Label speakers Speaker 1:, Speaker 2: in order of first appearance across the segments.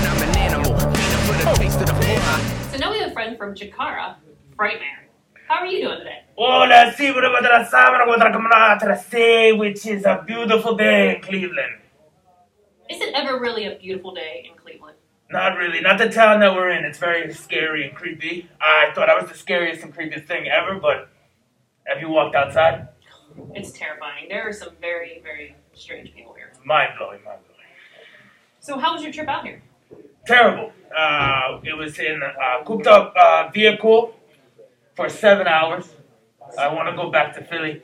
Speaker 1: I'm an animal. Feeding for the taste of the floor.
Speaker 2: So now we have a friend from Jakara, Brightmare. How are you doing today?
Speaker 3: Hola, sí, bueno, contra Oh, la sábana, contra la camarada, contra la sea, which is a beautiful day in Cleveland.
Speaker 2: Is it ever really a beautiful day in Cleveland?
Speaker 3: Not really, not the town that we're in. It's very scary and creepy. I thought I was the scariest and creepiest thing ever, but have you walked outside?
Speaker 2: It's terrifying. There are some very, very strange people here.
Speaker 3: Mind blowing, mind blowing.
Speaker 2: So how was your trip out here?
Speaker 3: Terrible. Uh, it was in a cooped up uh, vehicle for seven hours. I want to go back to Philly.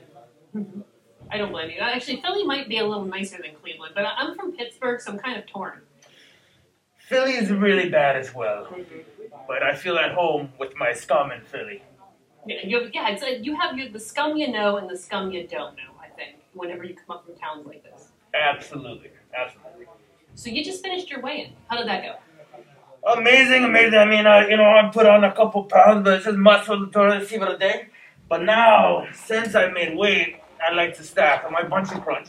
Speaker 2: I don't blame you. Actually, Philly might be a little nicer than Cleveland, but I- I'm from Pittsburgh, so I'm kind of torn.
Speaker 3: Philly is really bad as well, but I feel at home with my scum in Philly.
Speaker 2: Yeah, you have, yeah it's like you have your, the scum you know and the scum you don't know, I think, whenever you come up from towns like this.
Speaker 3: Absolutely, absolutely.
Speaker 2: So you just finished your weigh-in. How did that go?
Speaker 3: Amazing, amazing. I mean, I, you know, I put on a couple pounds, but it's just muscle to see what a day. But now, since I made weight, I like to stack on my bungee crunch.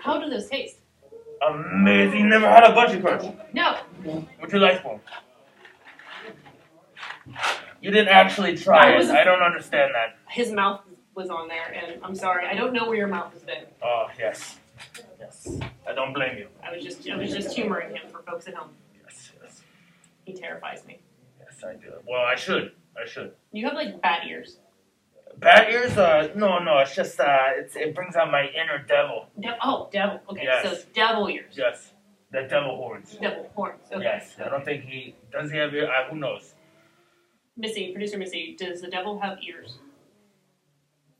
Speaker 2: How do those taste?
Speaker 3: Amazing. You never had a bungee crunch.
Speaker 2: No.
Speaker 3: Would you like one? You didn't actually try it. I don't understand that.
Speaker 2: His mouth was on there, and I'm sorry. I don't know where your mouth has been.
Speaker 3: Oh, yes. Yes. I don't blame you.
Speaker 2: I was just I was just humoring him for folks at home.
Speaker 3: Yes, yes.
Speaker 2: He terrifies me.
Speaker 3: Yes, I do. Well, I should. I should.
Speaker 2: You have like bad ears.
Speaker 3: Bad ears? Uh, no, no. It's just, uh, it's, it brings out my inner devil.
Speaker 2: De- oh, devil. Okay, so
Speaker 3: Yes.
Speaker 2: devil ears.
Speaker 3: Yes. The devil horns.
Speaker 2: Devil horns. Okay.
Speaker 3: Yes, I don't think he does. He have ear? Uh, who knows?
Speaker 2: Missy, producer Missy, does the devil have ears?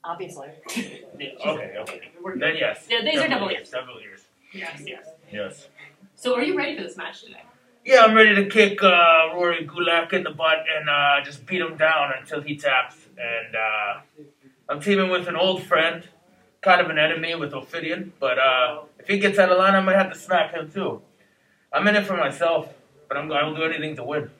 Speaker 2: Obviously.
Speaker 3: Yeah, okay, okay.
Speaker 2: We're-
Speaker 3: Then yes.
Speaker 2: Yeah, these are devil ears.
Speaker 3: Devil ears.
Speaker 2: Yes, yes.
Speaker 3: Yes.
Speaker 2: So are you ready for this match today?
Speaker 3: Yeah, I'm ready to kick uh, Rory Gulak in the butt and uh, just beat him down until he taps. And uh, I'm teaming with an old friend, kind of an enemy with Ophidian. But uh, if he gets out of line, I might have to smack him too. I'm in it for myself, but I'm, I will do anything to win.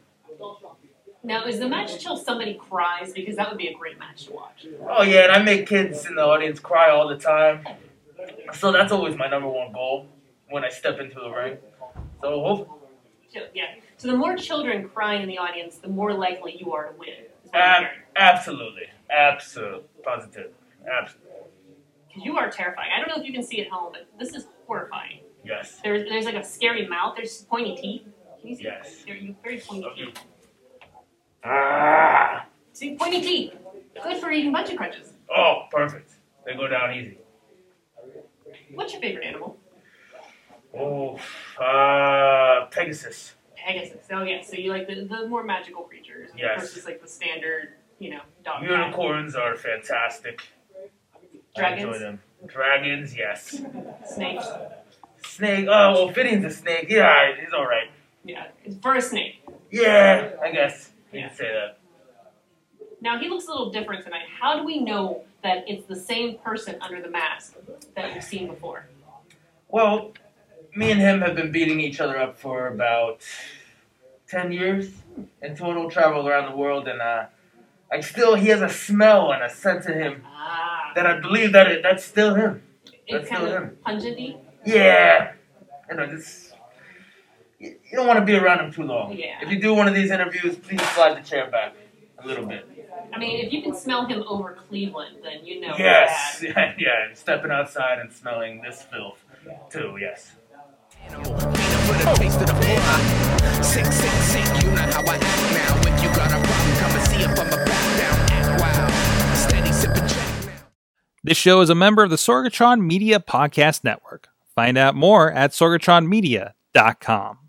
Speaker 2: Now is the match till somebody cries because that would be a great match to watch.
Speaker 3: Oh yeah, and I make kids in the audience cry all the time. So that's always my number one goal when I step into the ring. So hope-
Speaker 2: So- Yeah. So the more children crying in the audience, the more likely you are to win. is what I'm
Speaker 3: ab-
Speaker 2: hearing.
Speaker 3: absolutely, absolute, positive, absolutely.
Speaker 2: 'Cause you are terrifying. I don't know if you can see at home, but this is horrifying.
Speaker 3: Yes.
Speaker 2: There's there's like a scary mouth. There's pointy teeth. Can you see?
Speaker 3: Yes.
Speaker 2: There, you very pointy
Speaker 3: Okay.
Speaker 2: teeth.
Speaker 3: Ah.
Speaker 2: See, pointy teeth. Good for eating bunch of crunches.
Speaker 3: Oh, perfect. They go down easy.
Speaker 2: What's your favorite animal?
Speaker 3: Oh, uh, Pegasus.
Speaker 2: Pegasus. Oh yeah. So you like the, the more magical creatures
Speaker 3: Yes.
Speaker 2: versus like the standard, you know, dog. kind.
Speaker 3: Unicorns are fantastic. I enjoy
Speaker 2: Dragons?
Speaker 3: them. Dragons, yes.
Speaker 2: Snakes.
Speaker 3: Snake. Oh, well, Fitting's a snake. Yeah, he's all right.
Speaker 2: Yeah. It's for a snake.
Speaker 3: Yeah, I guess you
Speaker 2: Yeah.
Speaker 3: can say that.
Speaker 2: Now he looks a little different tonight. How do we know that it's the same person under the mask that we've seen before?
Speaker 3: Well, me and him have been beating each other up for about 10 years in total, traveled around the world, and uh, I still, he has a smell and a scent to him
Speaker 2: Ah.
Speaker 3: that I believe that it, that's still him.
Speaker 2: It's
Speaker 3: that's
Speaker 2: kind
Speaker 3: still
Speaker 2: of
Speaker 3: him.
Speaker 2: pungenty.
Speaker 3: Yeah. You know, this, you, you don't want to be around him too long.
Speaker 2: Yeah.
Speaker 3: If you do one of these interviews, please slide the chair back a little bit.
Speaker 2: I mean, if you can smell him over Cleveland, then you know. it's bad.
Speaker 3: yes. Yeah, yeah, and stepping outside and smelling this filth too, yes.
Speaker 1: Animal, feeding for the taste of the floor. Sick, sick, sick, you know how I act now. If you got a problem, come and see if I'm a back down. Act wild. Steady sipping Jack now.
Speaker 4: This show is a member of the Sorgatron Media Podcast Network. Find out more at sorgatronmedia.com.